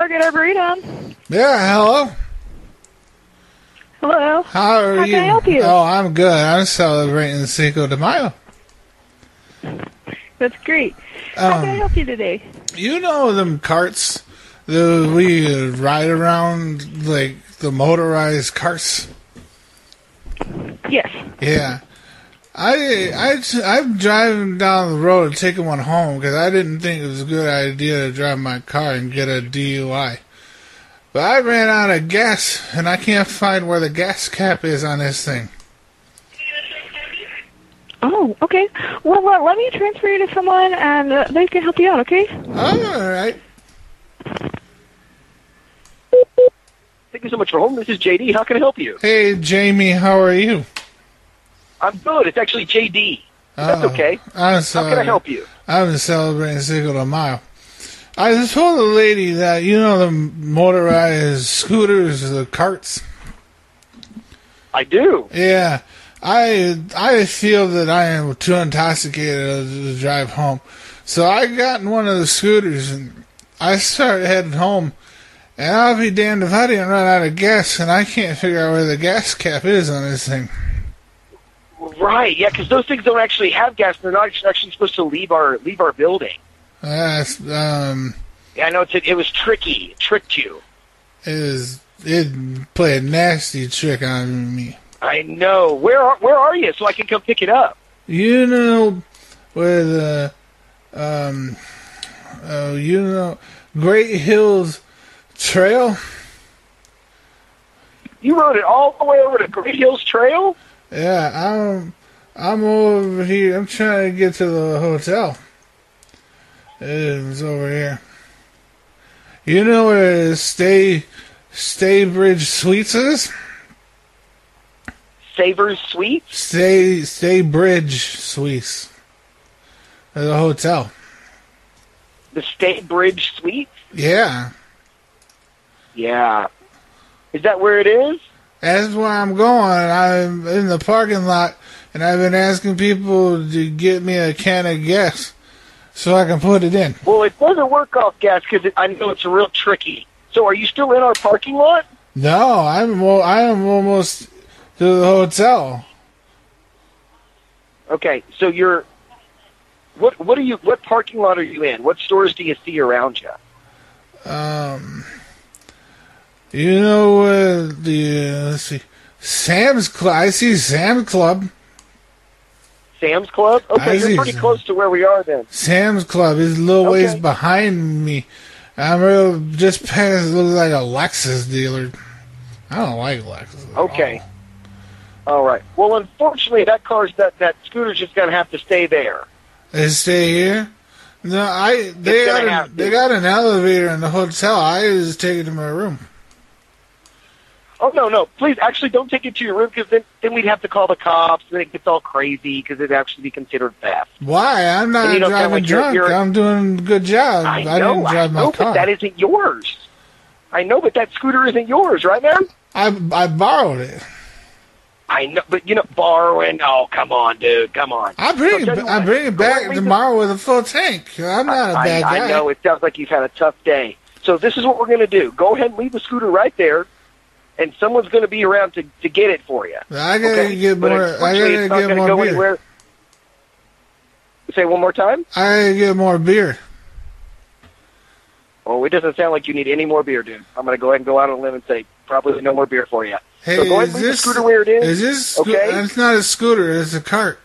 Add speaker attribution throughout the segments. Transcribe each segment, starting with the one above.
Speaker 1: Market Arboretum.
Speaker 2: Yeah, hello.
Speaker 1: Hello.
Speaker 2: How are
Speaker 1: How
Speaker 2: you?
Speaker 1: can I help you?
Speaker 2: Oh, I'm good. I'm celebrating Cinco de Mayo.
Speaker 1: That's great. How can I
Speaker 2: Um,
Speaker 1: help you today?
Speaker 2: You know them carts that we uh, ride around, like the motorized carts.
Speaker 1: Yes.
Speaker 2: Yeah, I I I'm driving down the road taking one home because I didn't think it was a good idea to drive my car and get a DUI. But I ran out of gas and I can't find where the gas cap is on this thing.
Speaker 1: Oh, okay. Well, let, let me transfer you to someone, and uh, they can help you out. Okay.
Speaker 2: All right.
Speaker 3: Thank you so much for holding. This is JD. How can I help you?
Speaker 2: Hey Jamie, how are you?
Speaker 3: I'm good. It's actually JD. That's
Speaker 2: Oh,
Speaker 3: okay.
Speaker 2: I'm
Speaker 3: How
Speaker 2: sorry.
Speaker 3: can I help you?
Speaker 2: I've been celebrating Cinco de Mayo. I just told the lady that you know the motorized scooters, the carts.
Speaker 3: I do.
Speaker 2: Yeah, I I feel that I am too intoxicated to drive home, so I got in one of the scooters and I started heading home. And I'll be damned if I didn't run out of gas, and I can't figure out where the gas cap is on this thing.
Speaker 3: Right. Yeah, because those things don't actually have gas. They're not actually supposed to leave our leave our building.
Speaker 2: That's um,
Speaker 3: Yeah, I know. It's, it, was tricky. It tricked you.
Speaker 2: it is it played a nasty trick on me.
Speaker 3: I know. Where are, where are you? So I can come pick it up.
Speaker 2: You know where the um oh you know Great Hills Trail?
Speaker 3: You rode it all the way over to Great Hills Trail.
Speaker 2: Yeah, I'm I'm over here. I'm trying to get to the hotel. It's over here. You know where Stay Staybridge Suites is?
Speaker 3: Savers Suites.
Speaker 2: Stay Staybridge Suites. The hotel.
Speaker 3: The State Bridge Suites.
Speaker 2: Yeah.
Speaker 3: Yeah. Is that where it is?
Speaker 2: That's where I'm going. I'm in the parking lot, and I've been asking people to get me a can of gas so I can put it in.
Speaker 3: Well, it doesn't work off gas because I know it's real tricky. So are you still in our parking lot?
Speaker 2: No, I'm al- I am almost to the hotel.
Speaker 3: Okay, so you're what? What are you? What parking lot are you in? What stores do you see around you?
Speaker 2: Um, you know where the uh, let's see, Sam's Club. I see Sam's Club.
Speaker 3: Sam's Club.
Speaker 2: I
Speaker 3: Okay,
Speaker 2: see
Speaker 3: you're pretty
Speaker 2: some.
Speaker 3: close to where we are then.
Speaker 2: Sam's Club is a little ways
Speaker 3: Okay.
Speaker 2: behind me. I'm real just past. Looks like a Lexus dealer. I don't like Lexus. at
Speaker 3: Okay.
Speaker 2: all.
Speaker 3: All right. Well, unfortunately, that car's that that scooter's just gonna have to stay there.
Speaker 2: They stay here. No, I they
Speaker 3: It's gonna
Speaker 2: got a,
Speaker 3: have to.
Speaker 2: they got an elevator in the hotel. I just take it to my room.
Speaker 3: Oh no, no! Please, actually, don't take it to your room because then then we'd have to call the cops. and Then it gets all crazy because it'd actually be considered theft.
Speaker 2: Why? I'm not
Speaker 3: And you don't sound
Speaker 2: driving
Speaker 3: like you're-
Speaker 2: drunk.
Speaker 3: you're-
Speaker 2: I'm doing a good job.
Speaker 3: I know.
Speaker 2: didn't drive
Speaker 3: I
Speaker 2: my
Speaker 3: know,
Speaker 2: car.
Speaker 3: but that isn't yours. I know, but that scooter isn't yours, right, man?
Speaker 2: I I borrowed it.
Speaker 3: I know, but you know, borrowing. Oh, come on, dude, come on.
Speaker 2: I bring
Speaker 3: So
Speaker 2: it,
Speaker 3: tell you
Speaker 2: I
Speaker 3: what,
Speaker 2: bring it
Speaker 3: the right
Speaker 2: back
Speaker 3: reason-
Speaker 2: tomorrow with a full tank. I'm not a
Speaker 3: I-
Speaker 2: bad
Speaker 3: I
Speaker 2: guy.
Speaker 3: know it sounds like you've had a tough day. So this is what we're going to do. Go ahead and leave the scooter right there, and someone's going to be around to, to get it for you.
Speaker 2: I gotta
Speaker 3: okay?
Speaker 2: get
Speaker 3: But
Speaker 2: more. I
Speaker 3: unfortunately,
Speaker 2: gotta
Speaker 3: it's not
Speaker 2: get
Speaker 3: gonna
Speaker 2: more
Speaker 3: go
Speaker 2: beer.
Speaker 3: anywhere. Say one more time.
Speaker 2: I gotta get more beer.
Speaker 3: Oh, it doesn't sound like you need any more beer, dude. I'm going to go ahead and go out on a limb and say probably no more beer for you.
Speaker 2: Hey,
Speaker 3: so go ahead
Speaker 2: is
Speaker 3: and leave the
Speaker 2: this
Speaker 3: scooter where it is.
Speaker 2: is this? sco-
Speaker 3: okay?
Speaker 2: It's not a scooter. It's a cart.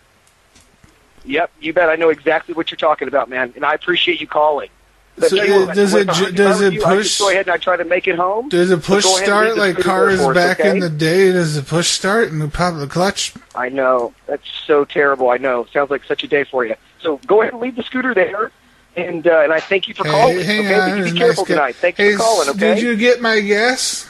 Speaker 3: Yep, you bet. I know exactly what you're talking about, man, and I appreciate you calling. But
Speaker 2: So
Speaker 3: tell you
Speaker 2: it-
Speaker 3: what,
Speaker 2: does
Speaker 3: if
Speaker 2: it
Speaker 3: I
Speaker 2: ju-
Speaker 3: were
Speaker 2: does
Speaker 3: you,
Speaker 2: it
Speaker 3: I could
Speaker 2: push-
Speaker 3: Go ahead and I try to make it home.
Speaker 2: Does it push
Speaker 3: go ahead and
Speaker 2: start
Speaker 3: leave the
Speaker 2: like
Speaker 3: scooter
Speaker 2: cars
Speaker 3: for us,
Speaker 2: back
Speaker 3: okay?
Speaker 2: in the day? Does it push start and it pop the clutch?
Speaker 3: I know. That's so terrible. I know. Sounds like such a day for you. So go ahead and leave the scooter there. And uh, and I thank you for calling.
Speaker 2: Hey, hang
Speaker 3: okay,
Speaker 2: on.
Speaker 3: but
Speaker 2: there's
Speaker 3: you
Speaker 2: a
Speaker 3: be careful
Speaker 2: nice guy.
Speaker 3: tonight. Thanks
Speaker 2: Hey,
Speaker 3: for calling.
Speaker 2: s-
Speaker 3: Okay,
Speaker 2: Did you get my gas?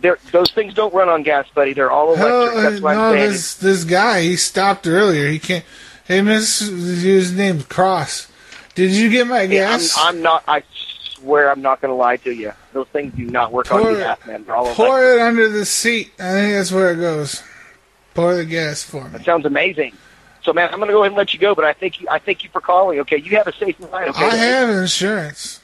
Speaker 3: They're- those things don't run on gas, buddy. They're all electric.
Speaker 2: Oh,
Speaker 3: That's why
Speaker 2: no,
Speaker 3: I'm saying.
Speaker 2: this this guy he stopped earlier. He can't. Hey, miss, his name's Cross. Did you get my
Speaker 3: Yeah,
Speaker 2: gas?
Speaker 3: I'm, I'm not. I swear, I'm not going to lie to you. Those things do not work
Speaker 2: Pour
Speaker 3: on
Speaker 2: it-
Speaker 3: gas, man. They're all
Speaker 2: Pour
Speaker 3: electric.
Speaker 2: it under the seat. I think that's where it goes. Pour the gas for me.
Speaker 3: That sounds amazing. So, man, I'm going to go ahead and let you go. But I thank you. I thank you for calling. Okay, you have a safe night. Okay.
Speaker 2: I have insurance.